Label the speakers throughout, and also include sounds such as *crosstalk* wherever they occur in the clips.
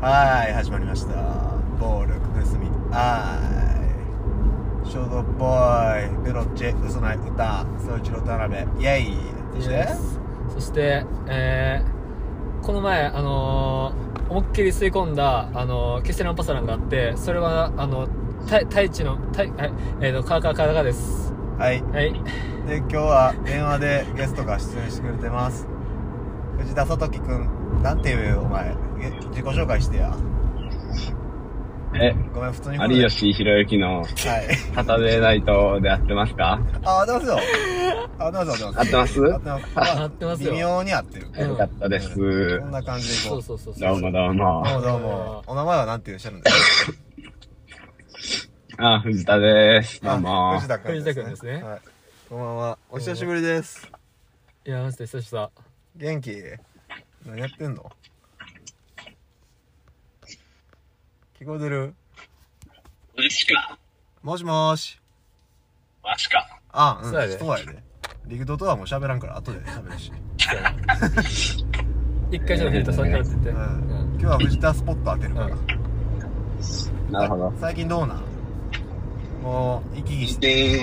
Speaker 1: はい始まりました暴力盗みはい衝動っぽいベロッチェ嘘ない歌総一郎田辺イェイそして
Speaker 2: そして、えーこの前、あのー思いっきり吸い込んだ、あのーケセランパサランがあってそれはあの太太地の太はいえー、とカーカーカーカーです
Speaker 1: はい
Speaker 2: はい
Speaker 1: で今日は電話でゲストが出演してくれてます藤田聡樹くんなんていうお前げ自己紹介してや
Speaker 3: え、
Speaker 1: ごめん普通に
Speaker 3: 有吉弘行
Speaker 1: は
Speaker 3: の
Speaker 1: い
Speaker 3: サタデーナイトで会ってますか
Speaker 1: あ、合ってますよ。あ、合ってますよ、合ってます。
Speaker 3: 合
Speaker 1: 合
Speaker 3: っ
Speaker 1: ってます。
Speaker 2: 合ってますよ
Speaker 1: 微妙に合ってる。
Speaker 2: うん
Speaker 3: よかったです。
Speaker 1: こんな感じでい
Speaker 2: そ
Speaker 1: こ
Speaker 2: う
Speaker 1: う。
Speaker 2: そうそうそ
Speaker 3: どうもどうも。
Speaker 1: どうもどうも。お名前はなんていらっしゃるんですか
Speaker 3: あ、藤田です。どう
Speaker 1: あ
Speaker 3: も
Speaker 1: 藤。田君。
Speaker 2: 藤田君ですね
Speaker 1: はい。こんばんは。お久しぶりです。
Speaker 2: いやマジで久々
Speaker 1: 元気何やってんの聞こえてる
Speaker 3: わしか。
Speaker 1: もしもーし。
Speaker 3: わしか。
Speaker 1: あ、うん。
Speaker 2: そうやで
Speaker 1: そうやで。リクドとはもう喋らんから、後で喋るし。
Speaker 2: 一回ちょっとヒント先からって言って、
Speaker 1: う。
Speaker 2: うんん
Speaker 1: 今日は藤田スポット当てるから
Speaker 2: うん。
Speaker 3: なるほど。
Speaker 1: 最近どうなんもう、行き来して。
Speaker 3: で、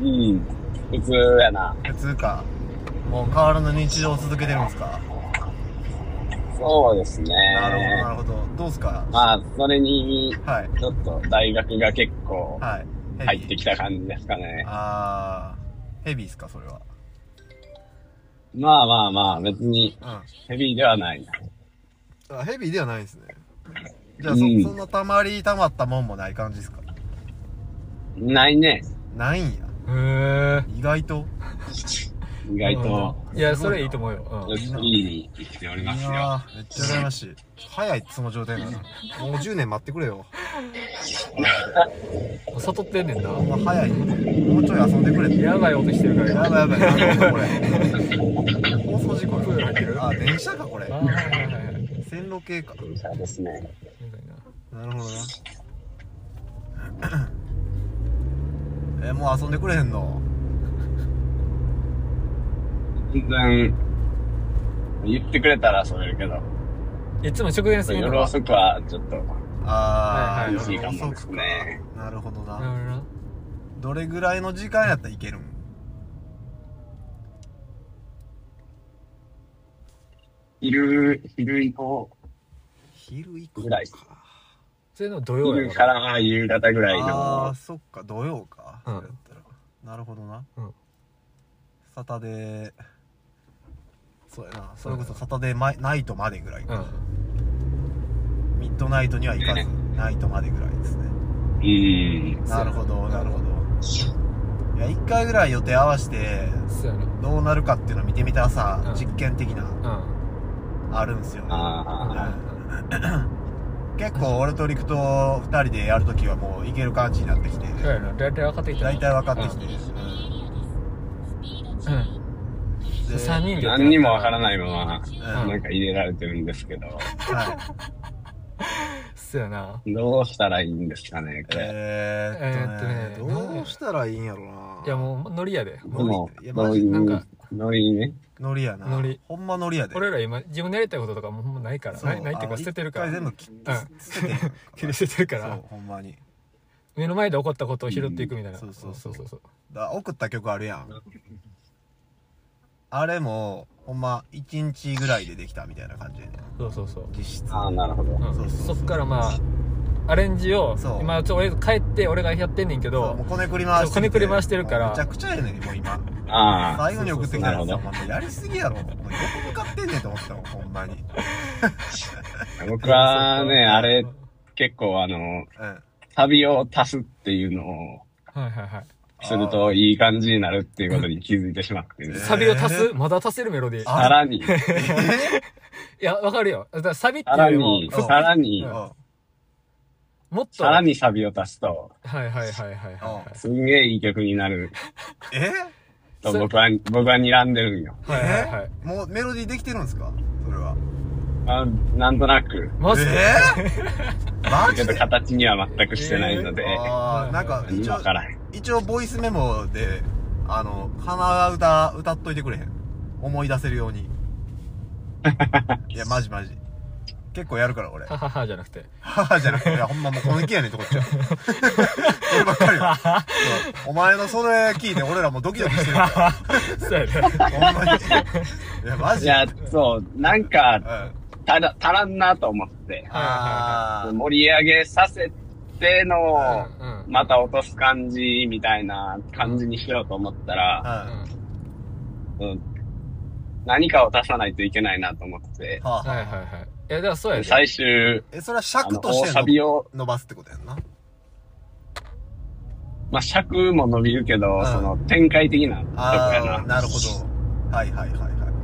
Speaker 1: うん。
Speaker 3: いい。普通やな。
Speaker 1: 普通かもう変わらぬ日常を続けてるんですか、
Speaker 3: そうですね。
Speaker 1: なるほどなるほどどうすか
Speaker 3: まあ、それに、
Speaker 1: はい
Speaker 3: ちょっと大学が結構
Speaker 1: はいヘビー
Speaker 3: 入ってきた感じですかね。
Speaker 1: あーヘビーっすかそれは
Speaker 3: まあまあまあ、別に
Speaker 1: う
Speaker 3: ヘビーではない。
Speaker 1: んあヘビーではないですねじゃあそ,、
Speaker 3: うん
Speaker 1: ん、そんなたまりたまったもんもない感じですか
Speaker 3: ないね。
Speaker 1: ないんや
Speaker 2: へえ
Speaker 1: 意外と
Speaker 3: 意外と、
Speaker 2: いやそれいいと思うよ、うん
Speaker 3: フリーに生きており
Speaker 1: い
Speaker 3: ますよ。
Speaker 1: やーめっちゃ羨ましい早いその状態 *laughs* なのもう10年待ってくれよ
Speaker 2: もう悟ってんねんな
Speaker 1: ほんま早いもうちょい遊んでくれって
Speaker 2: やばい音してるから
Speaker 1: やばいやばいなんだこれ放送事故
Speaker 2: プール入ってる
Speaker 1: あ電車かこれ
Speaker 2: あーはいはいはいはい
Speaker 1: 線路系か
Speaker 3: そうですね。
Speaker 2: みたいな
Speaker 1: なるほど *laughs* なえもう遊んでくれへんの
Speaker 3: 全然、言ってくれたら遊べるけど、
Speaker 2: いつも直前するの
Speaker 3: 夜
Speaker 2: か
Speaker 3: 遅くはちょっと、
Speaker 1: あー、
Speaker 2: はい
Speaker 1: 夜
Speaker 2: はい
Speaker 1: 遅
Speaker 3: いいか
Speaker 1: く
Speaker 3: もで
Speaker 1: か
Speaker 3: すね
Speaker 1: なるほど
Speaker 2: なる
Speaker 1: な
Speaker 2: ほどな
Speaker 1: どれぐらいの時間やったらいけるん
Speaker 3: 昼、昼以降、
Speaker 1: 昼以降
Speaker 3: ぐらい
Speaker 1: か
Speaker 2: それでも土曜や
Speaker 3: 昼
Speaker 2: ろ
Speaker 3: からまあ夕方ぐらい
Speaker 1: あ
Speaker 3: の
Speaker 1: ー、そっか土曜か、
Speaker 2: うん
Speaker 1: それやったらなるほどな、
Speaker 2: うん
Speaker 1: サタデーそうやなそ
Speaker 2: そう
Speaker 1: れ
Speaker 2: や
Speaker 1: こ
Speaker 2: な
Speaker 1: そサタデーマイナイトまでぐらいか、
Speaker 2: うん
Speaker 1: ミッドナイトには行かず、
Speaker 3: ね
Speaker 1: ナイトまでぐらいですね
Speaker 3: うん。
Speaker 1: なるほど
Speaker 2: そう
Speaker 1: なるほどいや1回ぐらい予定合わせて
Speaker 2: そうや
Speaker 1: どうなるかっていうのを見てみたらさ、
Speaker 2: うん
Speaker 1: 実験的な
Speaker 2: なうん
Speaker 1: あるんすよ
Speaker 3: ああ、
Speaker 1: 結構俺と陸と2人でやるときはもういける感じになってきて
Speaker 2: そうやな大体分かってきたな
Speaker 1: 大体分かってきて、
Speaker 2: うん
Speaker 1: で
Speaker 2: 三人で
Speaker 3: 何にもわからないまま、
Speaker 1: うん
Speaker 3: なんか入れられてるんですけど、
Speaker 1: はい
Speaker 2: そうやな
Speaker 3: どうしたらいいんですかね、これ。
Speaker 1: えーっとね
Speaker 2: えーっとね
Speaker 1: どうしたらいいんやろない
Speaker 2: やもうノリやで
Speaker 3: でも
Speaker 1: いや、マ
Speaker 3: どう
Speaker 1: ジ
Speaker 3: い
Speaker 2: なん
Speaker 3: う
Speaker 2: か、
Speaker 3: ノリね。
Speaker 1: ノリやな
Speaker 2: ノリ
Speaker 1: ほんまノリやで
Speaker 2: 俺ら今自分のやりたいこととかもうほんまないから
Speaker 1: そう
Speaker 2: ないないっていう
Speaker 1: あの
Speaker 2: か捨ててるから
Speaker 1: 一回全部切って捨ててんや
Speaker 2: *laughs*
Speaker 1: んか
Speaker 2: 切り捨ててるから
Speaker 1: そうほんまに
Speaker 2: 目の前で起こったことを拾っていくみたいな、
Speaker 1: うんそうそうそう
Speaker 2: そうそう
Speaker 1: だから送った曲あるやんあれもほんま1日ぐらいでできたみたいな感じやね
Speaker 2: そうそうそう
Speaker 1: 実質
Speaker 3: ああ、なるほど。
Speaker 2: うん
Speaker 1: そうそうそう
Speaker 2: そっからまあアレンジを
Speaker 1: そう
Speaker 2: 今ちょ俺帰って俺がやってんねんけ
Speaker 1: そうも
Speaker 2: ど
Speaker 1: うこねくり回してき
Speaker 2: そうこねくり回してるから
Speaker 1: めちゃくちゃやねんもう今
Speaker 3: ああ、
Speaker 1: 最後に送ってきたら
Speaker 3: そ
Speaker 1: さ
Speaker 3: う
Speaker 1: お前やりすぎやろもうどこ向かってんねんと思ったもんほんまに
Speaker 3: 僕はね、あれ
Speaker 2: うん、
Speaker 3: 結構あの、
Speaker 1: うん
Speaker 3: サビを足すっていうのを
Speaker 2: はいはいはい
Speaker 3: するといい感じになるっていうことに気づいてしまってね、
Speaker 1: えー
Speaker 2: サビを足す、まだ足せるメロディー
Speaker 1: あ
Speaker 3: さらに、
Speaker 2: いやわかるよだからサビってい
Speaker 3: さ
Speaker 2: うよ
Speaker 3: ら
Speaker 2: りも
Speaker 3: に、
Speaker 1: そう
Speaker 3: さらに、
Speaker 1: うん
Speaker 2: もっと
Speaker 3: さらにサビを足すと、
Speaker 2: はいはいはいはいはいはい
Speaker 3: すんげえいい曲になる
Speaker 1: え
Speaker 3: と
Speaker 2: それ
Speaker 3: 僕は、僕は睨んでるんよ。
Speaker 2: はいはいはい
Speaker 1: えもうメロディーできてるんですかそれは
Speaker 3: あなんとなく、
Speaker 2: マジで、
Speaker 1: えー、マ
Speaker 3: ちょ
Speaker 1: ジ
Speaker 3: っと
Speaker 1: で
Speaker 3: 形には全くしてないので、
Speaker 1: あーなんか一
Speaker 3: 今
Speaker 1: 応
Speaker 3: からん、
Speaker 1: 一応ボイスメモで
Speaker 3: *laughs*
Speaker 1: あの鼻歌歌っといてくれへん思い出せるようにいや、マジマジ。結構やるから、俺。
Speaker 2: はははじゃなくて。
Speaker 1: 母じゃなくて、いやほんまもうこの木やねんってこっ
Speaker 3: *laughs*
Speaker 1: ちは。俺ばっかりよ。 *laughs* そうお前のそれ聞いて、俺らもうドキドキ
Speaker 2: *laughs*
Speaker 1: してるか
Speaker 2: そうやね。
Speaker 1: ら。ほんまに。いや、マ
Speaker 3: い
Speaker 1: ジ。
Speaker 3: や
Speaker 1: うん。、
Speaker 3: そう、なんか、
Speaker 1: あ
Speaker 3: ただ、足らんなと思って、
Speaker 1: あー。
Speaker 3: 盛り上げさせての、
Speaker 2: うんうん
Speaker 3: また落とす感じみたいな感じにしようと思ったら、
Speaker 2: うん。
Speaker 1: は
Speaker 3: うん何かを出さないといけないなと思って
Speaker 1: い。、は
Speaker 2: はいはい
Speaker 1: あ。
Speaker 2: はい。いや、だからそうやね。
Speaker 3: 最終、
Speaker 1: え、それは
Speaker 3: あ
Speaker 1: 尺
Speaker 3: の、
Speaker 1: とし
Speaker 3: 大
Speaker 1: て
Speaker 3: サビ
Speaker 1: の
Speaker 3: を、
Speaker 1: 伸ばすってことやんな。
Speaker 3: まあ、尺も伸びるけど、
Speaker 1: うん
Speaker 3: その、展開的なとこや
Speaker 1: ああ、
Speaker 3: な。
Speaker 1: なるほど。はいはいはいはい。なる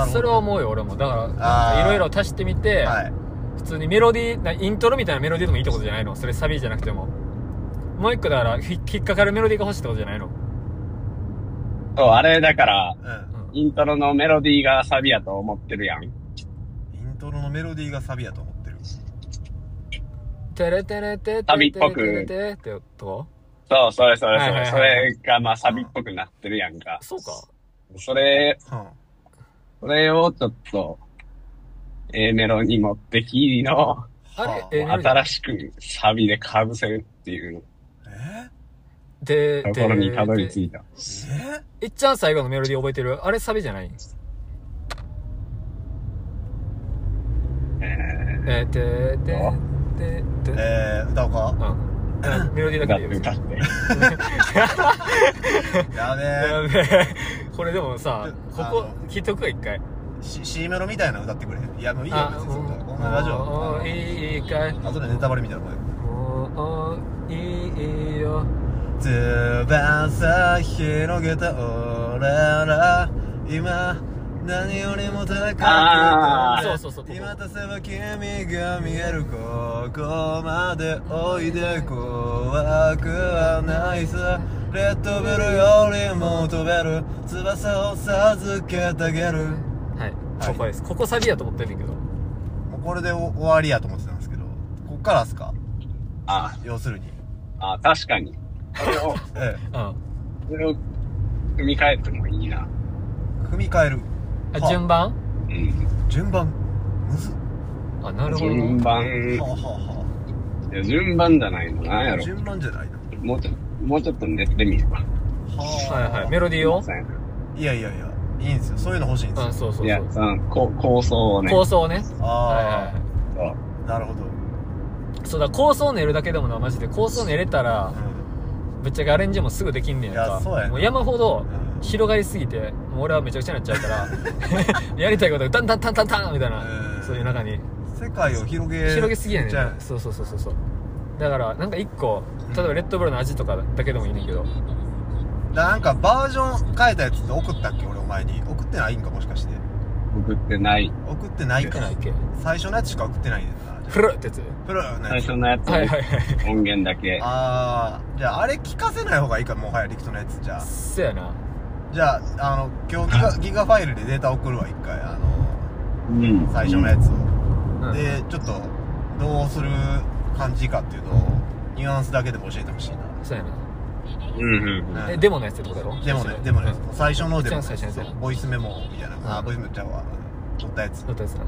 Speaker 1: ほど。
Speaker 2: それは思うよ、俺も。だ
Speaker 1: あ
Speaker 2: か
Speaker 1: ー
Speaker 2: ら、いろいろ足してみて、
Speaker 1: はい。
Speaker 2: 普通にメロディーな、イントロみたいなメロディーでもいいってことじゃないのそれサビじゃなくても。もう一個だから、ひ引っかかるメロディーが欲しいってことじゃないの
Speaker 3: そう、あれだから、
Speaker 1: うん。
Speaker 3: イントロのメロディーがサビやと思ってるやん。
Speaker 1: イントロのメロディーがサビやと思ってる。
Speaker 2: てれてれてて
Speaker 3: サ
Speaker 2: れ
Speaker 3: ビってぽ
Speaker 2: れ
Speaker 3: く
Speaker 2: てれてれってと
Speaker 3: そう、それそれそ
Speaker 2: はいはいは
Speaker 3: れ。
Speaker 2: い
Speaker 3: それが、まあ、サビっぽくなってるやんか。
Speaker 2: そうか。
Speaker 3: それ、
Speaker 1: うん。
Speaker 3: それをちょっと、A メロに持ってきの、
Speaker 2: あれ
Speaker 1: はあ
Speaker 2: A メロ
Speaker 3: 新しくサビで被せるっていう
Speaker 1: え
Speaker 2: で、
Speaker 3: と
Speaker 2: で、
Speaker 3: ころにたどり着
Speaker 2: で
Speaker 3: いた。
Speaker 1: え
Speaker 2: いっちゃん最後のメロディー覚えてるあれサビじゃない
Speaker 3: え
Speaker 2: えー、てーて
Speaker 3: あ
Speaker 2: ーてーてー
Speaker 1: えー、歌おうか *coughs*
Speaker 2: うん。メロディ
Speaker 3: ー、
Speaker 2: ー
Speaker 3: 歌
Speaker 2: だ
Speaker 3: っ
Speaker 2: けでい
Speaker 3: て
Speaker 2: いよ
Speaker 3: 歌って。
Speaker 1: やべえ。
Speaker 2: *laughs* やべえこれでもさ、こ
Speaker 1: あ
Speaker 2: こ
Speaker 1: の、
Speaker 2: 聞いとくわ、一回。
Speaker 1: C C メロみたいなの歌ってくれへんいや、もういいよ、別にそんな。こんなラジ
Speaker 2: もう
Speaker 1: オ。
Speaker 2: いいいいかい。
Speaker 1: あとでネタバレみたいな声。
Speaker 2: もういいよ。
Speaker 1: 翼広げた俺ら、今、何よりも高く
Speaker 3: あー
Speaker 2: そうそうそうここ
Speaker 1: 今出せば君が見えるここまでおいで怖くはないさレッドブルよりも飛べる翼を授けてあげる
Speaker 2: はい、ここです。ここサビやと思ってんねんけど。
Speaker 1: もうこれでお終わりやと思ってたんですけどこっからっすか
Speaker 3: あ
Speaker 1: 要するに
Speaker 3: あ、確かに。それを、
Speaker 1: ええ
Speaker 2: うん。
Speaker 3: それを組み替えてもいいな。
Speaker 1: 踏み替える
Speaker 2: あ、
Speaker 1: はあ
Speaker 2: 順番
Speaker 3: うん。
Speaker 1: 順番むずっ
Speaker 2: あ、なるほどな。
Speaker 3: 順番、
Speaker 1: はあはあはい
Speaker 3: や順番じゃないの。なんや
Speaker 1: あ
Speaker 3: ろ。
Speaker 1: 順番じゃないな
Speaker 3: もうちょっと、もうちょっと寝てみるわ。
Speaker 2: は
Speaker 1: はい
Speaker 2: はい。メロディーを
Speaker 3: そうやない
Speaker 1: やいやいやいいんですよそういうの欲しいんです
Speaker 2: う
Speaker 1: よ
Speaker 2: ん、そうそうそう。
Speaker 3: いや、その、こう構想をね。
Speaker 2: 構想ね。はいはい
Speaker 1: あ
Speaker 2: は
Speaker 3: そう
Speaker 1: あなるほど
Speaker 2: い。そうだ、構想練るだけでもな、マジで。構想練れたら、ぶっちゃけアレンジもすぐできんねん
Speaker 1: い
Speaker 2: か
Speaker 1: やそうやね
Speaker 2: もう山ほど
Speaker 1: うん
Speaker 2: 広がりすぎてもう俺はめちゃくちゃになっちゃうか
Speaker 1: *laughs*
Speaker 2: らやりたいことがタンタンタンタンタンみたいな
Speaker 1: うん
Speaker 2: そういう中に
Speaker 1: 世界を広げ
Speaker 2: 広げすぎやね
Speaker 1: じゃ
Speaker 2: んそうそうそうそうそうだからなんか一個例えばレッドブルの味とかだけでもいいねんけど
Speaker 1: あなんかバージョン変えたやつって送ったっけ俺お前に送ってないんかもしかして
Speaker 3: 送ってない。
Speaker 1: 送ってない
Speaker 2: い
Speaker 1: ん
Speaker 2: か
Speaker 1: か
Speaker 2: ないっけ
Speaker 1: 最初のやつしか送ってないねんな
Speaker 2: フルってやつ
Speaker 1: プロよね
Speaker 3: 最初のやつ、
Speaker 2: はいはいはい
Speaker 3: 音源だけ。
Speaker 1: ああじゃああれ聞かせない方がいいかもはやリクトのやつじゃあ
Speaker 2: そうやな
Speaker 1: じゃああの今日ギ
Speaker 2: *laughs*
Speaker 1: ガギガファイルでデータ送るわ一回あの
Speaker 3: うん
Speaker 1: 最初のやつを
Speaker 2: うん
Speaker 1: でちょっとどうする感じかっていうのをニュアンスだけでも教えてほしいな
Speaker 2: そうやな
Speaker 3: うんうんうん。
Speaker 1: うん
Speaker 2: えデモのやつってことだろ
Speaker 1: でもねでもね
Speaker 2: うん
Speaker 1: 最初のでも
Speaker 2: 最初のやつ
Speaker 1: そうボイスメモみたいなあ
Speaker 2: うん
Speaker 1: ボイスメモちゃうわ取ったやつ
Speaker 2: だったやつな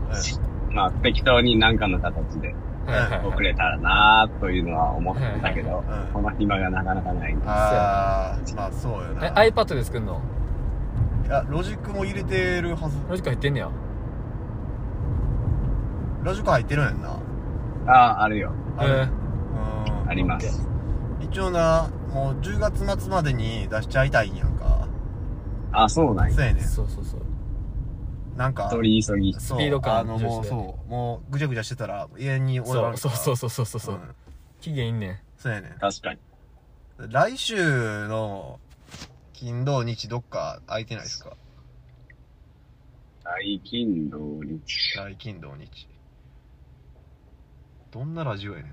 Speaker 3: まあ、適当に何かの形で
Speaker 2: はいはい
Speaker 3: 送
Speaker 2: はい
Speaker 3: れたらなーというのは思ってたけど
Speaker 1: いはいうん、
Speaker 3: この暇がなかなかない。
Speaker 1: ああまあそうよ
Speaker 2: え
Speaker 1: な
Speaker 2: iPad で作んの
Speaker 1: いやロジックも入れてるはず
Speaker 2: ロジカル入ってんねや
Speaker 1: ロジック入ってるんやんな
Speaker 3: ああ、あるよ。
Speaker 1: あれ
Speaker 2: え
Speaker 1: うん
Speaker 3: あります。
Speaker 1: 一応なもう10月末までに出しちゃいたいんやんか
Speaker 3: あ、そうなんや。
Speaker 1: そうやね
Speaker 2: ーそうそうそう
Speaker 1: なんか
Speaker 3: 取り急ぎ。
Speaker 1: そう
Speaker 2: スピード感
Speaker 1: あのも
Speaker 2: 重
Speaker 1: う
Speaker 2: 視で
Speaker 1: そうもうぐちゃぐちゃしてたら永遠に終わら
Speaker 2: うんそうそう
Speaker 1: う
Speaker 2: そうそうそうそううん期限いんねん
Speaker 1: そうやね
Speaker 3: 確かに。
Speaker 1: 来週の金土日どっか空いてないですか
Speaker 3: 大金土日。
Speaker 1: 来金土日どんなラジオやねん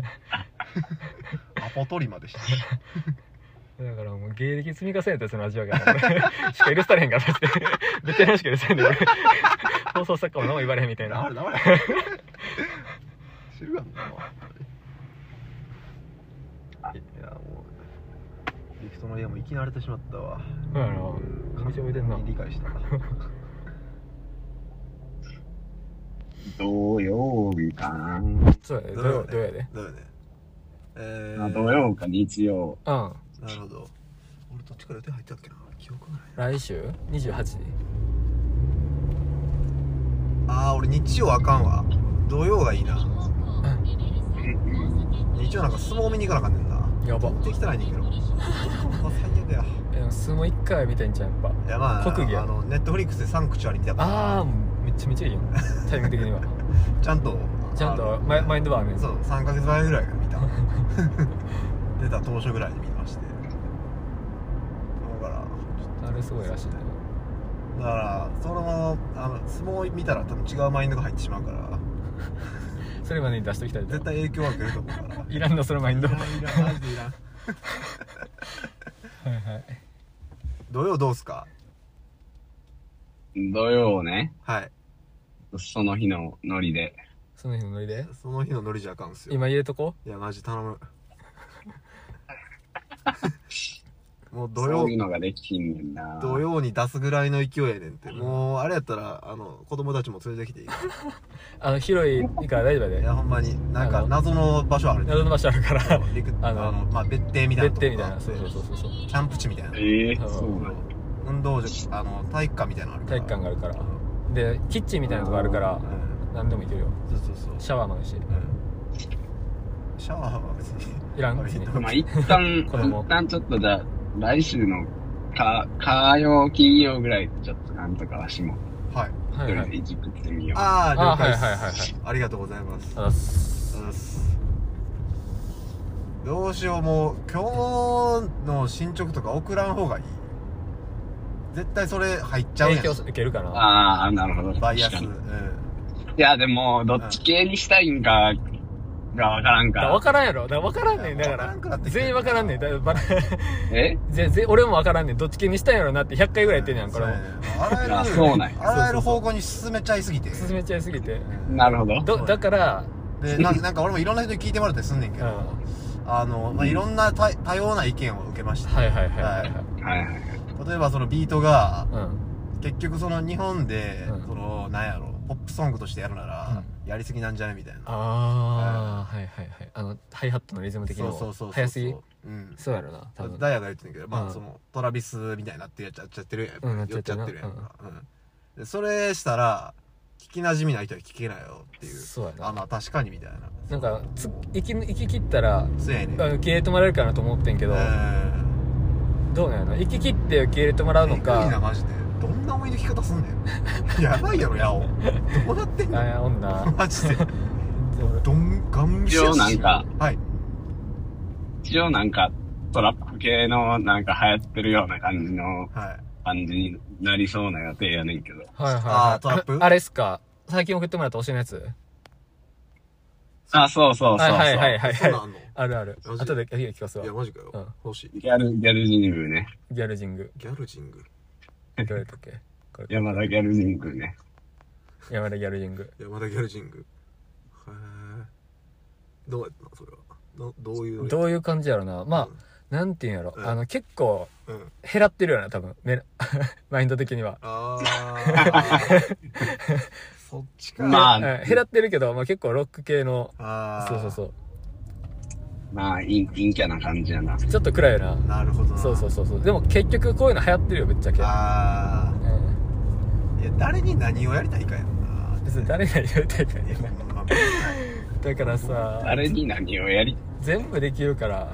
Speaker 1: なアポ取りまで
Speaker 2: *laughs*
Speaker 1: して
Speaker 2: だからもう芸歴積み重ねたやつの味わけやから *laughs* 俺しか許されへんからだってベテランしか許されへんで俺 *laughs* 放送作家も何も言われへんみたい
Speaker 1: 黙
Speaker 2: な
Speaker 1: れ黙れ知るわなお前いやもうリフその家も生き慣れてしまったわ
Speaker 2: そうやな神様いてんな
Speaker 1: 完全に理解
Speaker 2: *laughs*
Speaker 1: した
Speaker 3: *laughs* 土曜日かな。
Speaker 2: そうやで
Speaker 1: 土
Speaker 2: 土
Speaker 1: 曜
Speaker 2: 曜
Speaker 1: ねだ
Speaker 2: 土曜で
Speaker 1: よねえ
Speaker 3: あ
Speaker 1: ー、
Speaker 3: 土曜か日曜。
Speaker 2: うん
Speaker 1: なるほど俺どっちから予定入ったっけな記憶がないな
Speaker 2: 来週28時
Speaker 1: あー俺日曜あかんわ土曜がいいな日曜なんか相撲見に行かなあかんねんな
Speaker 2: やば
Speaker 1: できたらいいねんけ
Speaker 2: *laughs*
Speaker 1: どもう最悪や
Speaker 2: えでも相撲一回見てんじゃんやっ
Speaker 1: いやまあ
Speaker 2: 特技や
Speaker 1: あのネットフリックスでサンクチュアリ見たか
Speaker 2: ぱあ
Speaker 1: ら
Speaker 2: あめっちゃめちゃいいよタイミング *laughs* 的には
Speaker 1: ちゃんと
Speaker 2: ちゃんと
Speaker 1: あの
Speaker 2: マイマインドバーね
Speaker 1: そう3ヶ月前ぐらいから見
Speaker 2: *laughs*
Speaker 1: た出た当初ぐらいに見ましてだから
Speaker 2: あれすごいらしいね
Speaker 1: だからそのあの相撲見たら多分違うマインドが入ってしまうから
Speaker 2: それまでに出しときたいと
Speaker 1: 絶対影響は受けると思うから
Speaker 2: *laughs* いらんのそのマインド
Speaker 1: い
Speaker 2: はい
Speaker 1: らんいらんマジでいらん
Speaker 2: はい
Speaker 1: 土曜どうすか
Speaker 3: 土曜ね。
Speaker 1: はい
Speaker 3: その日のノリで。
Speaker 2: その日のノリで
Speaker 1: その日のノリじゃあかんっすよ
Speaker 2: 今入れとこ
Speaker 1: いやマジ頼
Speaker 2: *laughs*
Speaker 1: むもう土
Speaker 3: そ
Speaker 1: 曜
Speaker 3: ういうのができひんねんな。
Speaker 1: 土曜に出すぐらいの勢いやねんってもうあれやったらあの子供たちも連れてきていいか
Speaker 2: あの広いいいから大丈夫
Speaker 1: ら
Speaker 2: や
Speaker 1: い
Speaker 2: で
Speaker 1: やほんまになん
Speaker 2: あ
Speaker 1: か
Speaker 2: の
Speaker 1: 謎の場所あるね
Speaker 2: 謎の場所あるから
Speaker 1: 陸あ
Speaker 2: *laughs* あ
Speaker 1: の
Speaker 2: の
Speaker 1: まあ別邸みたいな
Speaker 2: 別
Speaker 1: とこ
Speaker 2: 邸みた
Speaker 1: が
Speaker 2: い
Speaker 1: あ
Speaker 2: な
Speaker 1: って
Speaker 2: そうそうそうそう
Speaker 1: キャンプ地みたいな
Speaker 3: ええ
Speaker 2: うん
Speaker 3: そうなんや
Speaker 1: 運動場あの体育館みたいなのあるか
Speaker 2: 体
Speaker 1: ら
Speaker 2: 育館があるから
Speaker 1: うん
Speaker 2: でキッチンみたいなとこあるから何でもいけるよ
Speaker 1: うんそうそうそう
Speaker 2: シャワーもあるし
Speaker 1: うんシャワーは別に
Speaker 2: いらん別に
Speaker 3: まあ一旦、
Speaker 2: 子供
Speaker 3: 一旦ちょっとじゃあ、来週のか火曜、金曜ぐらい、ちょっとなんとかわしも
Speaker 1: はい
Speaker 2: はい
Speaker 3: 一人
Speaker 2: は
Speaker 3: で
Speaker 2: い
Speaker 3: いじくってみよう。
Speaker 1: ああ了解です
Speaker 2: あはいはいはいはい
Speaker 1: ありがとうございます
Speaker 2: あざっす
Speaker 1: ですどうしようもう今日の進捗とか送らん方がいい絶対それ入っちゃうや
Speaker 2: 影
Speaker 1: ん
Speaker 2: 響受けるかな
Speaker 3: ああ、なるほど。
Speaker 1: バイアス、う
Speaker 3: 確か
Speaker 1: ん、
Speaker 3: にいや、でも、どっち系にしたいんか、がわからん
Speaker 2: だから分
Speaker 3: か
Speaker 2: からんやろだから分からんねんだか
Speaker 1: 分からんくな
Speaker 2: ら
Speaker 1: ってきてる
Speaker 2: 全員分からんねんだからバラ
Speaker 3: ら。え
Speaker 2: *laughs* ぜぜ俺も分からんねんどっち系にしたんやろなって100回ぐらい言ってんねやんこれも
Speaker 1: そうやねんあら
Speaker 3: あ
Speaker 1: ゆ
Speaker 3: そうなん
Speaker 1: る
Speaker 3: や
Speaker 1: あらゆる方向に進めちゃいすぎて
Speaker 2: 進めちゃいすぎて
Speaker 3: なるほど。
Speaker 2: どだから
Speaker 1: でななんか俺もいろんな人に聞いてもらったりすんねんけ
Speaker 2: うん
Speaker 1: ど、
Speaker 2: は
Speaker 1: あの、まあ、いろんな多多様な意見を受けまし
Speaker 2: い
Speaker 1: た
Speaker 2: はいはいはいはい
Speaker 3: はいはいはい。
Speaker 1: 例えばそのビートが
Speaker 2: うん
Speaker 1: 結局その日本で、
Speaker 2: うん
Speaker 1: そのなんやろポップソングとしてやるなら、やりすぎなんじゃねみたいな
Speaker 2: ああはいはいはいあのハイハットのリズム的に
Speaker 1: そうそうそうそ
Speaker 2: も
Speaker 1: う
Speaker 2: 早すぎ
Speaker 1: うん
Speaker 2: そうやろな多分
Speaker 1: ダイヤが言ってんだけど、ま
Speaker 2: う
Speaker 1: あ
Speaker 2: ん
Speaker 1: そのトラビスみたいになってやっちゃやっちゃってるやんやっぱ
Speaker 2: うんなっ
Speaker 1: り
Speaker 2: ちゃ
Speaker 1: やっ
Speaker 2: っ
Speaker 1: ち
Speaker 2: て
Speaker 1: ゃ
Speaker 2: るな
Speaker 1: ってるやんか、うんでそれしたら聞きなじみない人は聞けないよっていう
Speaker 2: そうやな
Speaker 1: あまあ確かにみたいな
Speaker 2: なんかつ生き生き切ったら
Speaker 1: そうやねん
Speaker 2: あの受け入れてもらえるかなと思ってんけど
Speaker 1: うん
Speaker 2: どうなんやろな生き切って受け入れてもらうの
Speaker 1: えぐいな
Speaker 2: か
Speaker 1: マジでどんな思いの聞き方すんねん *laughs* やばいやろヤオどうなってん
Speaker 2: あ
Speaker 1: の
Speaker 2: や女
Speaker 1: *laughs* マジでどんガン見せ
Speaker 3: 一応なんか
Speaker 1: はい
Speaker 3: 一応なんか、トラップ系のなんか流行ってるような感じの
Speaker 1: はい
Speaker 3: 感じになりそうな予定やねんけど。
Speaker 2: はいはいはい
Speaker 1: あートラップ
Speaker 2: ああれっすか最近送ってもらった推しのやつ
Speaker 3: あ、そうそうそうそう。
Speaker 2: はいはいはい
Speaker 1: そ
Speaker 2: は
Speaker 1: ん
Speaker 2: い
Speaker 1: なんあんの
Speaker 2: あるある
Speaker 1: マジ
Speaker 2: 後で聞かすわ
Speaker 1: いやマジかよ、
Speaker 2: うん
Speaker 1: 欲しい
Speaker 3: ギャル、ギャルジングね。
Speaker 2: ギャルジング
Speaker 1: ギャルジング
Speaker 2: どれだったっけこれ
Speaker 3: 山田ギャルジングね。
Speaker 2: 山田ギャルジング
Speaker 1: 山田ギャルジングへえどうやったのそれはどどういう
Speaker 2: ど
Speaker 1: う
Speaker 2: ういう感じやろなまあなんていうんやろ
Speaker 1: うん
Speaker 2: あの結構
Speaker 1: うん
Speaker 2: 減らってるよな多分め *laughs* マインド的には
Speaker 1: あ
Speaker 2: *laughs*
Speaker 1: ーそっちか
Speaker 3: まあ
Speaker 2: うん減らってるけどまあ結構ロック系の
Speaker 1: あ
Speaker 2: そうそう
Speaker 1: う
Speaker 2: そう
Speaker 3: まあ、陰陰キャな感じやな。
Speaker 2: ちょっと暗いよな
Speaker 1: なるほどな
Speaker 2: そうそう
Speaker 1: う
Speaker 2: そうそうでも結局こういうの流行ってるよぶっちゃけ
Speaker 1: あ
Speaker 2: うん
Speaker 1: あいや誰に何をやりたいかや
Speaker 2: *laughs*
Speaker 1: んな
Speaker 2: 別に誰がやりたいか
Speaker 1: いや
Speaker 2: ら
Speaker 1: ほんま
Speaker 2: だからさ
Speaker 3: 誰に何をやり、
Speaker 2: 全部できるから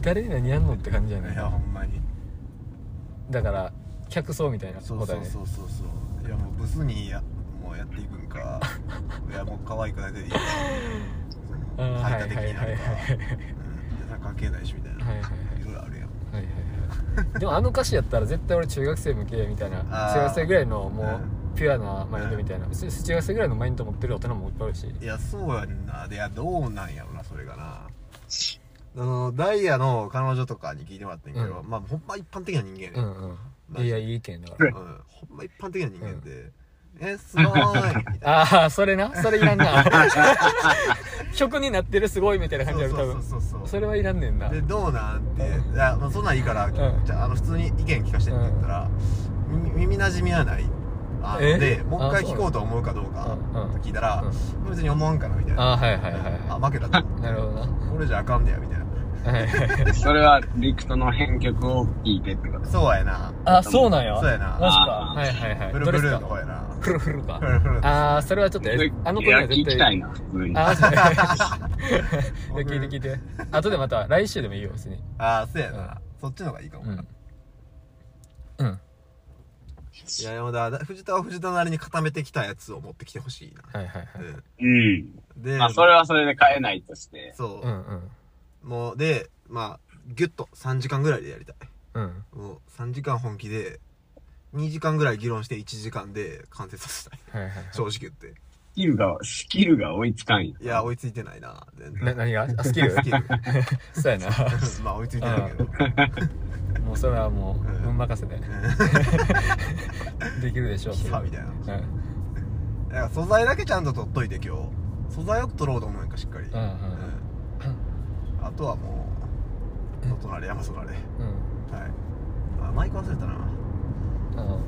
Speaker 2: 誰に何やんのって感じや
Speaker 1: うんい
Speaker 2: ね
Speaker 1: やほんまに
Speaker 2: だから客層みたいな
Speaker 1: そ
Speaker 2: こ
Speaker 1: う
Speaker 2: と
Speaker 1: そ
Speaker 2: や
Speaker 1: う
Speaker 2: ね
Speaker 1: そうそうそういやもうブスにやもうやっていくんか
Speaker 2: *laughs*
Speaker 1: いやもう可愛くだけでいい
Speaker 2: あー
Speaker 1: 排他的になるか
Speaker 2: はいはいはいはい
Speaker 1: うんいや関係ないしみたいな、
Speaker 2: はいはいはい
Speaker 1: ろいろあるやん
Speaker 2: はいはいはいでもあの歌詞やったら絶対俺中学生向けみたいな
Speaker 1: あー
Speaker 2: 中学生ぐらいのも
Speaker 1: う
Speaker 2: うピュアなマインドみたいな別に中学生ぐらいのマインド持ってる大人もいっぱいいるし
Speaker 1: いやそうやんなでいやどうなんやろなそれがなあのダイヤの彼女とかに聞いてもらってんけど、
Speaker 2: う
Speaker 1: まあほんま一般的な人間やね、
Speaker 2: うんんうんいやいい意見だか
Speaker 1: う
Speaker 2: ら
Speaker 1: んほんま一般的な人間で、え、す
Speaker 2: *laughs*
Speaker 1: ごーい。
Speaker 2: ああ、それ
Speaker 1: *laughs*
Speaker 2: な。それいらんな。曲になってるすごいみたいな感じ
Speaker 1: そ
Speaker 2: や
Speaker 1: うそ
Speaker 2: ろ、多
Speaker 1: う
Speaker 2: 分。
Speaker 1: そうそうそ。
Speaker 2: そうれはいらんねんな。
Speaker 1: で、どうなんって、いや、まあ、そんなんいいから、
Speaker 2: ん
Speaker 1: じゃあ、あの、普通に意見聞かせてって言ったら、耳耳馴染みはない。あの
Speaker 2: え
Speaker 1: で、もう一回
Speaker 2: あそう
Speaker 1: 聞こうと思うかどうか、
Speaker 2: うん
Speaker 1: 聞いたら
Speaker 2: う、
Speaker 1: 別に思わんかな、みたいな。
Speaker 2: ああ、はいはいはい
Speaker 1: あ、
Speaker 2: は
Speaker 1: 負けたと。
Speaker 2: い。なるほどな。
Speaker 1: *laughs* 俺じゃあかんねや、みたいな。
Speaker 2: はいはいはい
Speaker 3: それは、リクトの編曲を聞いてってこと
Speaker 1: そうやな。
Speaker 2: あ、そうなんや。
Speaker 1: そうやな
Speaker 2: マジか。
Speaker 3: あー
Speaker 2: はいはいはい。
Speaker 1: ブルブルーの
Speaker 2: ど
Speaker 1: 方
Speaker 2: れっすか
Speaker 1: やな。
Speaker 2: フルフルか
Speaker 1: ブ。ルブルー。
Speaker 2: あー、それはちょっと、えあの子には絶
Speaker 3: いや聞きた
Speaker 2: 対。
Speaker 3: いな、普通に。
Speaker 2: あー、そういや聞いて聞いて。後でまた、来週でもいいよ、別に。
Speaker 1: ああ、そうやな。そっちの方がいいかも。
Speaker 2: うん。うん。
Speaker 1: いや、山田、藤田は藤田なりに固めてきたやつを持ってきてほしいな。
Speaker 2: はいはいはい。
Speaker 3: うん。
Speaker 1: で、
Speaker 3: まあ、それはそれで変えないとして。
Speaker 1: そう
Speaker 2: う、んうん。
Speaker 1: もう、で、まあ、ギュッと3時間ぐらいでやりたい。
Speaker 2: うん。
Speaker 1: もう、3時間本気で、2時間ぐらい議論して1時間で完成させたい。
Speaker 2: はいはいはい。
Speaker 1: 正直言って。
Speaker 3: スキルが、スキルが追いつかんよ。
Speaker 1: いや、追いついてない
Speaker 2: *laughs*
Speaker 1: な。全
Speaker 2: な、
Speaker 1: 然。
Speaker 2: 何があ、スキル
Speaker 1: スキル。
Speaker 2: *laughs* そうやな。
Speaker 1: *laughs* まあ、追いついてないけど。
Speaker 2: もうそれはもう、
Speaker 1: うん
Speaker 2: 運任せで。できるでしょ
Speaker 1: *laughs*
Speaker 2: う。
Speaker 1: 来たみたいな。
Speaker 2: うん。
Speaker 1: だから素材だけちゃんと取っといて今日素材よく取ろうと思うんやんかしっかり、
Speaker 2: うんうん
Speaker 1: うんあとはもう
Speaker 2: うん
Speaker 1: 野隣山空ではい
Speaker 2: うん。
Speaker 1: あマイク忘れたな
Speaker 2: あの、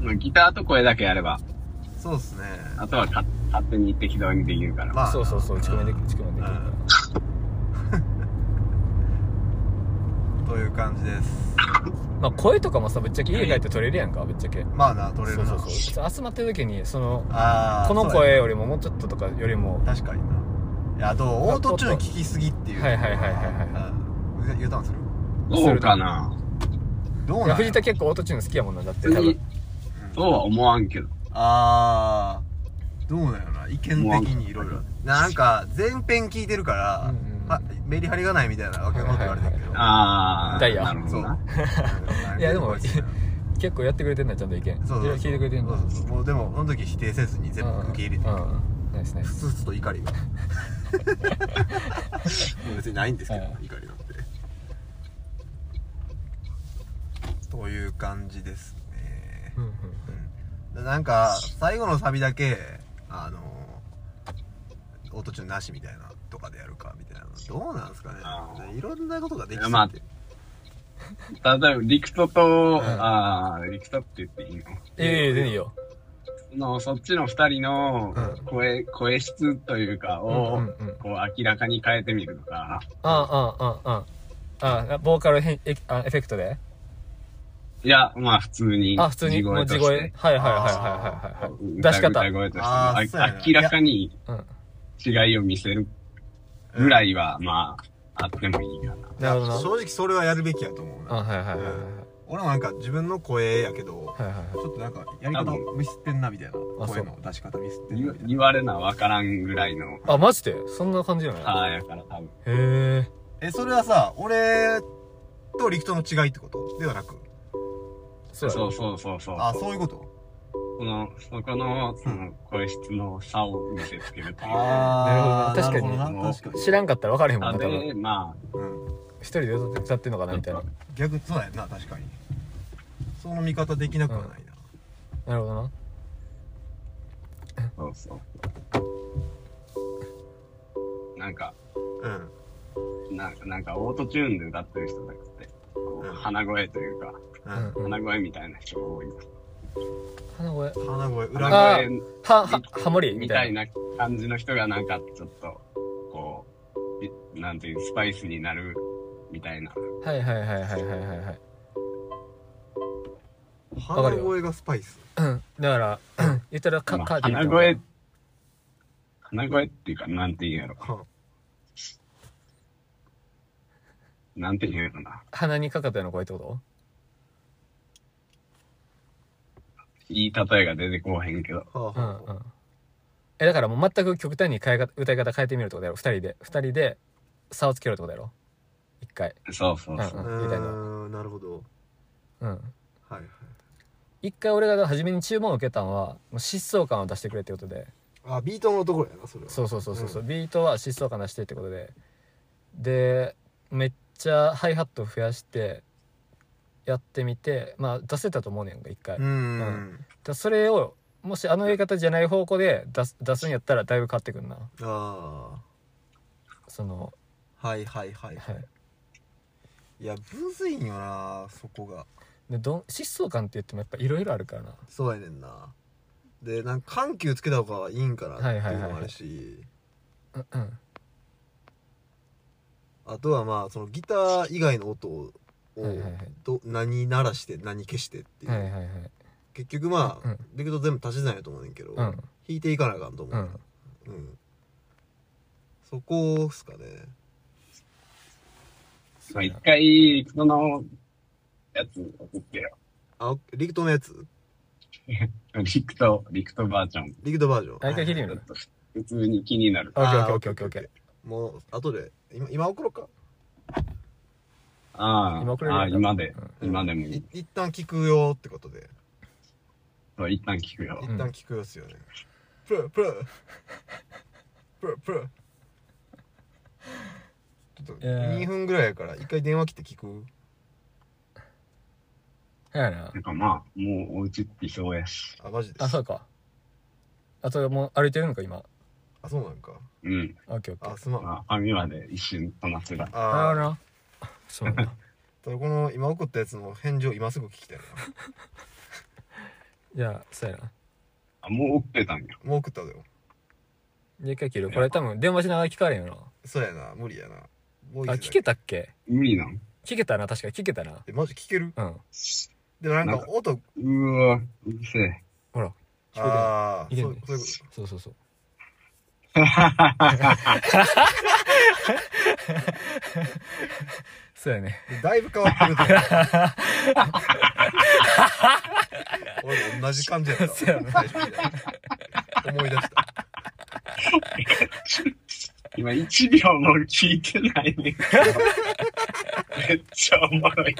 Speaker 3: まあギターと声だけやれば、
Speaker 1: そうっすね
Speaker 3: あとはか勝手に適当にできるから。
Speaker 1: まあ
Speaker 2: そうそうそう、打ち込みできる、打ち込みできるから。
Speaker 1: という感じです
Speaker 2: まあ声とかもさ、ぶっちゃけ家帰って撮れるやんか、ぶっちゃけ。
Speaker 1: まあな取れるな
Speaker 2: そうそうそう集まってる時にその
Speaker 1: ああ
Speaker 2: この声よりももうちょっととかよりも
Speaker 1: 確かにないやあとオートチューン聞きすぎっていう
Speaker 2: はいはいはいはいは
Speaker 1: うんゆゆうたんする
Speaker 3: どうかな
Speaker 1: どう
Speaker 2: い
Speaker 1: なん
Speaker 2: や
Speaker 1: や
Speaker 2: 藤田結構オートチューン好きやもんなだって
Speaker 3: 別
Speaker 2: 多
Speaker 3: に
Speaker 2: 分、
Speaker 3: そうは思わんけど。
Speaker 1: あーどうなんやろな意見的にいろいろなんか前編聞いてるから、
Speaker 2: うんうんうん
Speaker 1: はメリハリがないみたいなわけのこと言われてるけど、
Speaker 3: あー。
Speaker 2: ダイヤ
Speaker 3: なるほ
Speaker 1: そ
Speaker 3: ど
Speaker 1: う
Speaker 3: な。
Speaker 1: うん
Speaker 2: *laughs* いやでも
Speaker 1: なんかこいつな
Speaker 2: 結構やってくれてんなちゃんと意見
Speaker 1: そうそうそう
Speaker 2: 聞いてくれてん
Speaker 1: そ
Speaker 2: な
Speaker 1: うそうそうもうでもその時否定せずに全部受け入れて
Speaker 2: うんうんナイスナイ
Speaker 1: ふ
Speaker 2: ス
Speaker 1: つふつと怒り
Speaker 3: *laughs*
Speaker 1: が別にないんですけど、怒りなんてという感じですね
Speaker 2: うんうん
Speaker 1: でなんか最後のサビだけあのー、音中なしみたいなとかでやるかみたいなどうなんですか
Speaker 3: あ
Speaker 1: ねいろんなことができ
Speaker 3: いやまあ
Speaker 1: て
Speaker 3: 例えば、リクトと、
Speaker 2: ん
Speaker 3: あー、リクトって言っていいの
Speaker 2: いやいやいいよ
Speaker 3: その、そっちの二人の
Speaker 2: うん
Speaker 3: 声、声質というか
Speaker 2: うんうん
Speaker 3: を、
Speaker 2: うん
Speaker 3: こう明らかに変えてみるとか、
Speaker 2: ああああああボーカル変えあエフェクトで
Speaker 3: いや、まあ普通に。
Speaker 2: あ普通にもう地声はいはいはいはいはいはいはい出し方
Speaker 3: 歌声として
Speaker 1: あーそうや
Speaker 3: あ
Speaker 1: な
Speaker 3: 明らかに
Speaker 2: うん
Speaker 3: 違いを見せるぐらいは、まあ、あってもいいかな。
Speaker 2: なるほどな
Speaker 1: 正直それはやるべきやと思う
Speaker 2: あ
Speaker 1: な
Speaker 2: はいはいはいはいはい
Speaker 1: 俺もなんか自分の声やけど
Speaker 2: はいはい
Speaker 1: ちょっとなんかやり方ミスってんなみたいな
Speaker 2: あそ
Speaker 1: 声
Speaker 2: う
Speaker 1: の出し方ミスってんな
Speaker 3: 言
Speaker 1: みたいな
Speaker 3: 言われなわからんぐらいの、
Speaker 2: あマジでそんな感じなん
Speaker 3: あ
Speaker 2: や
Speaker 3: あやから多分。
Speaker 2: へえ
Speaker 1: えそれはさ俺と陸との違いってことではなく
Speaker 2: そうや
Speaker 3: そ
Speaker 2: ろ
Speaker 3: うそうそうそう。
Speaker 1: あそういうこと
Speaker 3: その、そこの、その、声質の差を見せつけるっていう。
Speaker 2: あーなるほど
Speaker 1: な
Speaker 2: な
Speaker 1: るほどな確かに
Speaker 2: 知らんかったら分かれへんもん
Speaker 3: あ
Speaker 2: な多分
Speaker 3: で、まあ、
Speaker 1: うん
Speaker 2: 一人で歌ってんのかなみたいな
Speaker 1: 逆そうやんな確かにその見方できなくはないな、
Speaker 2: なるほどな
Speaker 3: そうそう。なんか、
Speaker 1: うん。
Speaker 3: ななんか、オートチューンで歌ってる人なくて、こう
Speaker 1: うん
Speaker 3: 鼻声というか、
Speaker 1: うん。
Speaker 2: うん
Speaker 3: 鼻声みたいな人が多い。
Speaker 2: 鼻声
Speaker 1: 鼻声、裏声。
Speaker 2: あ
Speaker 3: 鼻声
Speaker 2: ははハモリみ
Speaker 3: み
Speaker 2: た
Speaker 3: た
Speaker 2: い
Speaker 3: い
Speaker 2: な
Speaker 3: な感じの人がなんかちょっと、こうい、なんていう、スパイスになるみたいな。
Speaker 2: はいはいはいはいはいはいはい
Speaker 1: 鼻声がスパイス。
Speaker 2: うんだからうん言ったらカ
Speaker 3: まあ
Speaker 2: カーディみたい
Speaker 3: 鼻
Speaker 2: な
Speaker 3: 声、鼻声っていうか、なんていうんやろ。なんていうんやろな。
Speaker 2: 鼻にかかったような声ってこと
Speaker 3: いい例えが出てこうへんけど。
Speaker 1: は
Speaker 2: う
Speaker 1: あ
Speaker 2: んうんえだからもう全く極端に変え方歌い方変えてみるってことやろ二人で二人で差をつけるってことやろ一回
Speaker 3: そうそうそう。
Speaker 2: うんみたいな
Speaker 1: うーんなるほど。
Speaker 2: うん
Speaker 1: はいはい。
Speaker 2: 一回俺が初めに注文を受けたのはもう疾走感を出してくれってことで
Speaker 1: あ、ビートのところやな、それは。
Speaker 2: そうそうそうそう、うビートは疾走感出してってことででめっちゃハイハット増やしてやってみてまあ出せたと思うねんが一回、
Speaker 1: う
Speaker 2: だか
Speaker 1: ん。
Speaker 2: らそれをもしあのやり方じゃない方向で出す出すんやったらだいぶ変わってくるな
Speaker 1: あ
Speaker 2: その
Speaker 1: あ。はいはいはい。
Speaker 2: はい
Speaker 1: いや、むずいんよな、そこが。
Speaker 2: でどん疾走感って言ってもやっぱいろいろあるからな
Speaker 1: そうやねんな。で、なんか緩急つけた方がいいんかなっていうのもあるし、
Speaker 2: うんうん
Speaker 1: あとはまあ、そのギター以外の音を、
Speaker 2: はいはいはい
Speaker 1: ど何鳴らして何消してっていう、
Speaker 2: はいはいはい
Speaker 1: 結局まあ、
Speaker 2: うん
Speaker 1: レクト全部足し算やと思うねんけど、
Speaker 2: うん
Speaker 1: 弾いていかなあかんと思う
Speaker 2: う
Speaker 1: から
Speaker 2: ん
Speaker 1: うん、そこっすかね
Speaker 3: まあ一回、その、やつ送ってよ。
Speaker 1: あリクトのやつ
Speaker 3: リクト、リクトバージョン。
Speaker 1: リクトバージョン
Speaker 2: あ一回聞いて
Speaker 3: ち
Speaker 2: み
Speaker 3: ょ
Speaker 2: る
Speaker 3: っと普通に気になる。
Speaker 2: オッケー
Speaker 1: あ
Speaker 2: オッケーオッケーオッケーオッケ
Speaker 1: もう後で今今送ろうか
Speaker 3: あ
Speaker 2: 今送れる
Speaker 3: あ、あ
Speaker 2: んだ
Speaker 3: あ今で、
Speaker 1: うん
Speaker 3: 今でもい
Speaker 1: い
Speaker 3: い。
Speaker 1: 一旦聞くよってことで
Speaker 3: そう一旦聞くよ
Speaker 1: 一。
Speaker 2: ん
Speaker 1: 旦聞くよっすよね、プルプル *laughs* プルプルちょっと
Speaker 2: いやー
Speaker 1: 2分ぐらいやから一回電話来て聞く
Speaker 2: ーはいな
Speaker 3: なんかまあ、もうお家ってそうやし。
Speaker 1: あマジで
Speaker 2: あそうかあともう歩いてるのか今
Speaker 1: あそうなんか
Speaker 3: うん。
Speaker 2: オッケーオッケー
Speaker 1: あすまんあ
Speaker 3: まあ、網まで一瞬こなせば。
Speaker 2: あ
Speaker 1: あ
Speaker 2: らなそうなんだ
Speaker 1: *laughs* ただこの今送ったやつの返事を今すぐ聞きたい
Speaker 2: *laughs*
Speaker 1: な
Speaker 2: じゃあそうやな
Speaker 3: あ、もう送ってたんや。
Speaker 1: もう送ったぞよ
Speaker 2: じゃあ一回切るこれ多分電話しながら聞かれへんよ
Speaker 1: そうやな無理やなもう
Speaker 2: なあ聞けたっけ
Speaker 3: 無理なん
Speaker 2: 聞けたな確かに聞けたな
Speaker 1: えマジ聞ける
Speaker 2: うん
Speaker 1: でなん
Speaker 3: な
Speaker 1: か
Speaker 3: んか
Speaker 1: 音
Speaker 3: うわ、うる
Speaker 1: *laughs*
Speaker 3: せえ。
Speaker 2: ほら聞こ
Speaker 1: ああ
Speaker 2: え
Speaker 1: ー
Speaker 2: て
Speaker 1: そ
Speaker 2: る
Speaker 1: う
Speaker 2: いけ
Speaker 1: そういう
Speaker 2: るね
Speaker 1: こ
Speaker 2: そうそ
Speaker 1: *laughs*
Speaker 2: うそうそうやね
Speaker 1: とでだいぶ変わってる
Speaker 2: *laughs*
Speaker 1: で俺も同じ感じやったわ
Speaker 2: そうやな
Speaker 1: 最初みたいな思い出した
Speaker 3: 今1秒も聞いてないねんけど。めっちゃおもろい。
Speaker 1: い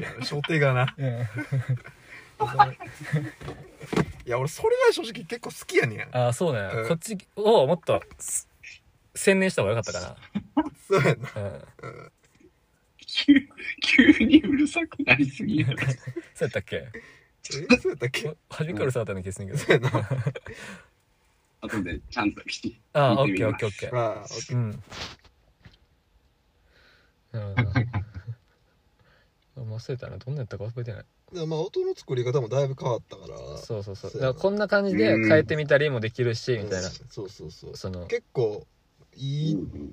Speaker 1: や初手がな
Speaker 2: うん
Speaker 1: いや俺それは正直結構好きやねん
Speaker 2: ああそうだ
Speaker 1: うん
Speaker 2: よこっちをもっとす専念した方が良かったか
Speaker 1: そうやな
Speaker 2: なうん
Speaker 3: 急、急にうるさくなりすぎ
Speaker 1: *laughs*
Speaker 3: る。
Speaker 2: そうやったっけ
Speaker 1: えそうやったっけ
Speaker 2: お初めから触ったような気がするけど
Speaker 1: そうや
Speaker 2: *laughs*
Speaker 1: な
Speaker 3: 後でちゃんと聞いてみます。
Speaker 2: ああオッケーオッケーオッケー
Speaker 1: まあ OK
Speaker 2: うん。なるほどな。あ *laughs* 忘れたな。どんなやったか覚えてない。
Speaker 1: いやまあ音の作り方もだいぶ変わったから
Speaker 2: そうそうそう。
Speaker 1: そ
Speaker 2: だ
Speaker 1: うやな
Speaker 2: からこんな感じで変えてみたりもできるし、みたいな
Speaker 1: うん。そうそうそう
Speaker 2: その、
Speaker 1: 結構いい
Speaker 3: うんうん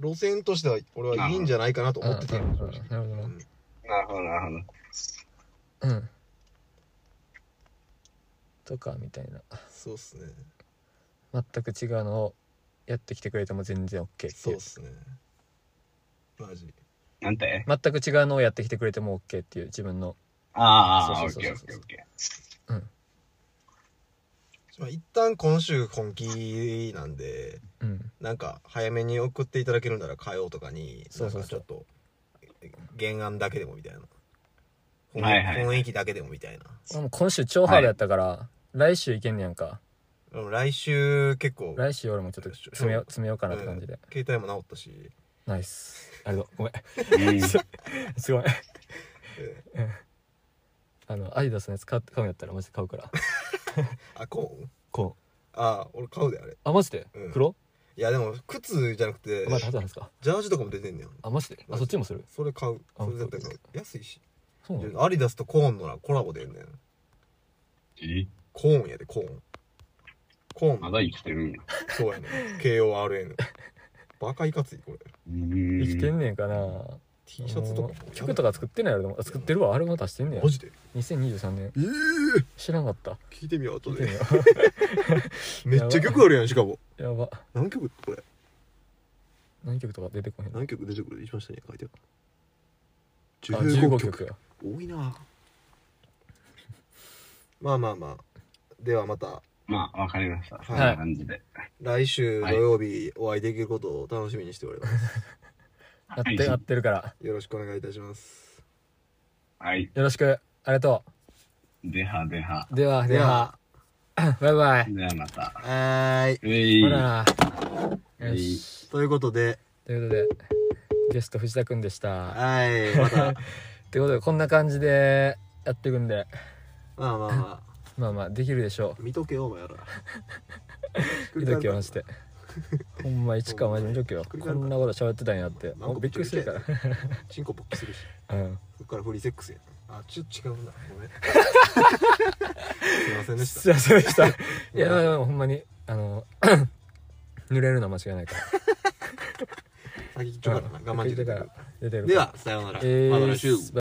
Speaker 1: 路線としては俺はいいんじゃないかなと思ってた
Speaker 2: うんうん
Speaker 1: の正
Speaker 2: なるほど
Speaker 1: 直
Speaker 2: な
Speaker 1: うん
Speaker 3: なるほど、なるほど。
Speaker 2: うん。とか、みたいな。
Speaker 1: そうっすね
Speaker 2: 全く違うのをやってきてくれても全然 OK っていう。
Speaker 1: そうっすねマジ
Speaker 3: なんて
Speaker 2: 全く違うのをやってきてくれても OK っていう自分の。
Speaker 3: ああ、
Speaker 2: そ
Speaker 3: オ
Speaker 2: う
Speaker 3: ッ
Speaker 2: そうそう
Speaker 3: ケーオ
Speaker 2: そう
Speaker 3: ッケーオッケ
Speaker 1: まあ一旦今週本気なんで
Speaker 2: うん。
Speaker 1: なんか早めに送っていただけるなら変えようとかに
Speaker 2: そうそうそ
Speaker 1: な
Speaker 2: う
Speaker 1: んかちょっと原案だけでもみたいな、
Speaker 3: はいはい
Speaker 1: 雰囲気だけでもみたいな
Speaker 2: 俺も今週超ハードやったから、来週いけんねやんか。
Speaker 1: でも来週結構
Speaker 2: 来週俺もちょっと詰めよう、詰めようかなって感じで。
Speaker 1: 携帯も直ったし、
Speaker 2: ナイス。ありがとう。ごめん。
Speaker 3: ー。うん
Speaker 2: すごい。
Speaker 1: え
Speaker 2: あの、アディダスのやつ買う買うんやったらマジで買うから。
Speaker 1: ーあこう
Speaker 2: こう。
Speaker 1: ああ俺買うであれ
Speaker 2: あ、マジで
Speaker 1: うん
Speaker 2: 黒
Speaker 1: いやでも靴じゃなくて
Speaker 2: お前、たなんですか
Speaker 1: ジャージとかも出てんねん
Speaker 2: あ、マジであ、そっちもする
Speaker 1: それ買う
Speaker 2: あ
Speaker 1: それ絶対買う安いし
Speaker 2: そうなの
Speaker 1: でアディダスとコーンのなコラボでんねん
Speaker 3: え
Speaker 1: コーンやでコーンコー
Speaker 3: ま
Speaker 1: ン
Speaker 3: だ生きてるんや。
Speaker 1: そうやねん KORN バカいかついこれ
Speaker 3: 生
Speaker 2: 生きてんねんかな
Speaker 1: T シャツとかも
Speaker 2: あの曲とか作ってんのやろでもあ作ってるわ。あれも出してんねや
Speaker 1: マ。ジで
Speaker 2: 2023年。
Speaker 1: ええ
Speaker 2: 知らんかった。
Speaker 1: 聞いてみよう後
Speaker 2: 見てみ
Speaker 1: で
Speaker 2: よ
Speaker 1: めっちゃ曲あるやんしかも
Speaker 2: う。やば。
Speaker 1: 何曲これ
Speaker 2: 何曲とか出てこへんの
Speaker 1: 何曲出てくる一番下に書いてある
Speaker 2: あ、
Speaker 1: 15曲
Speaker 2: 15曲や。
Speaker 1: 多いなまあまあまあではまた
Speaker 3: まあ、わかりました。そんな感じで。
Speaker 1: 来週土曜日お会いできることを楽しみにしております、
Speaker 2: 合って、合ってるから。
Speaker 1: よろしくお願いいたします
Speaker 3: はい。
Speaker 2: よろしく。ありがと
Speaker 3: ではでは。
Speaker 2: う。では、では。バイバイ。
Speaker 3: ではまた。
Speaker 1: はーい
Speaker 3: えい
Speaker 2: ほ。ら。
Speaker 3: え
Speaker 2: よ
Speaker 3: い
Speaker 2: し。
Speaker 1: ということで
Speaker 2: ということで。ゲスト藤田くんでした。
Speaker 1: はいま
Speaker 2: *laughs*
Speaker 1: た
Speaker 2: ということで、こんな感じでやっていくんで、
Speaker 1: まあまあまあ
Speaker 2: まあまあ、できるでしょ
Speaker 1: 見とけよお
Speaker 2: *laughs*
Speaker 1: 前ら
Speaker 2: う。見とけよ、マジで。ほんま、一かマジ見と
Speaker 1: *laughs*
Speaker 2: けよ。
Speaker 1: ひっく
Speaker 2: こ
Speaker 1: り返るか
Speaker 2: んなこと喋ってたんやって。
Speaker 1: なん
Speaker 2: も
Speaker 1: か
Speaker 2: うびっくりするか
Speaker 1: チンコポッキするし *laughs*
Speaker 2: ら。 *laughs* うん。
Speaker 1: そっからフリーセックスやあちょっと違うなご
Speaker 2: *laughs*
Speaker 1: めんすいませんでした
Speaker 2: すいません
Speaker 1: *laughs*
Speaker 2: でした。いや、でもほんまに、あの、 *laughs* 濡れるのは間違いないから。
Speaker 1: 先行っちょうかな我慢して
Speaker 2: だから
Speaker 1: た
Speaker 2: *laughs* 出てる
Speaker 1: ではさようなら
Speaker 2: えー
Speaker 1: また来週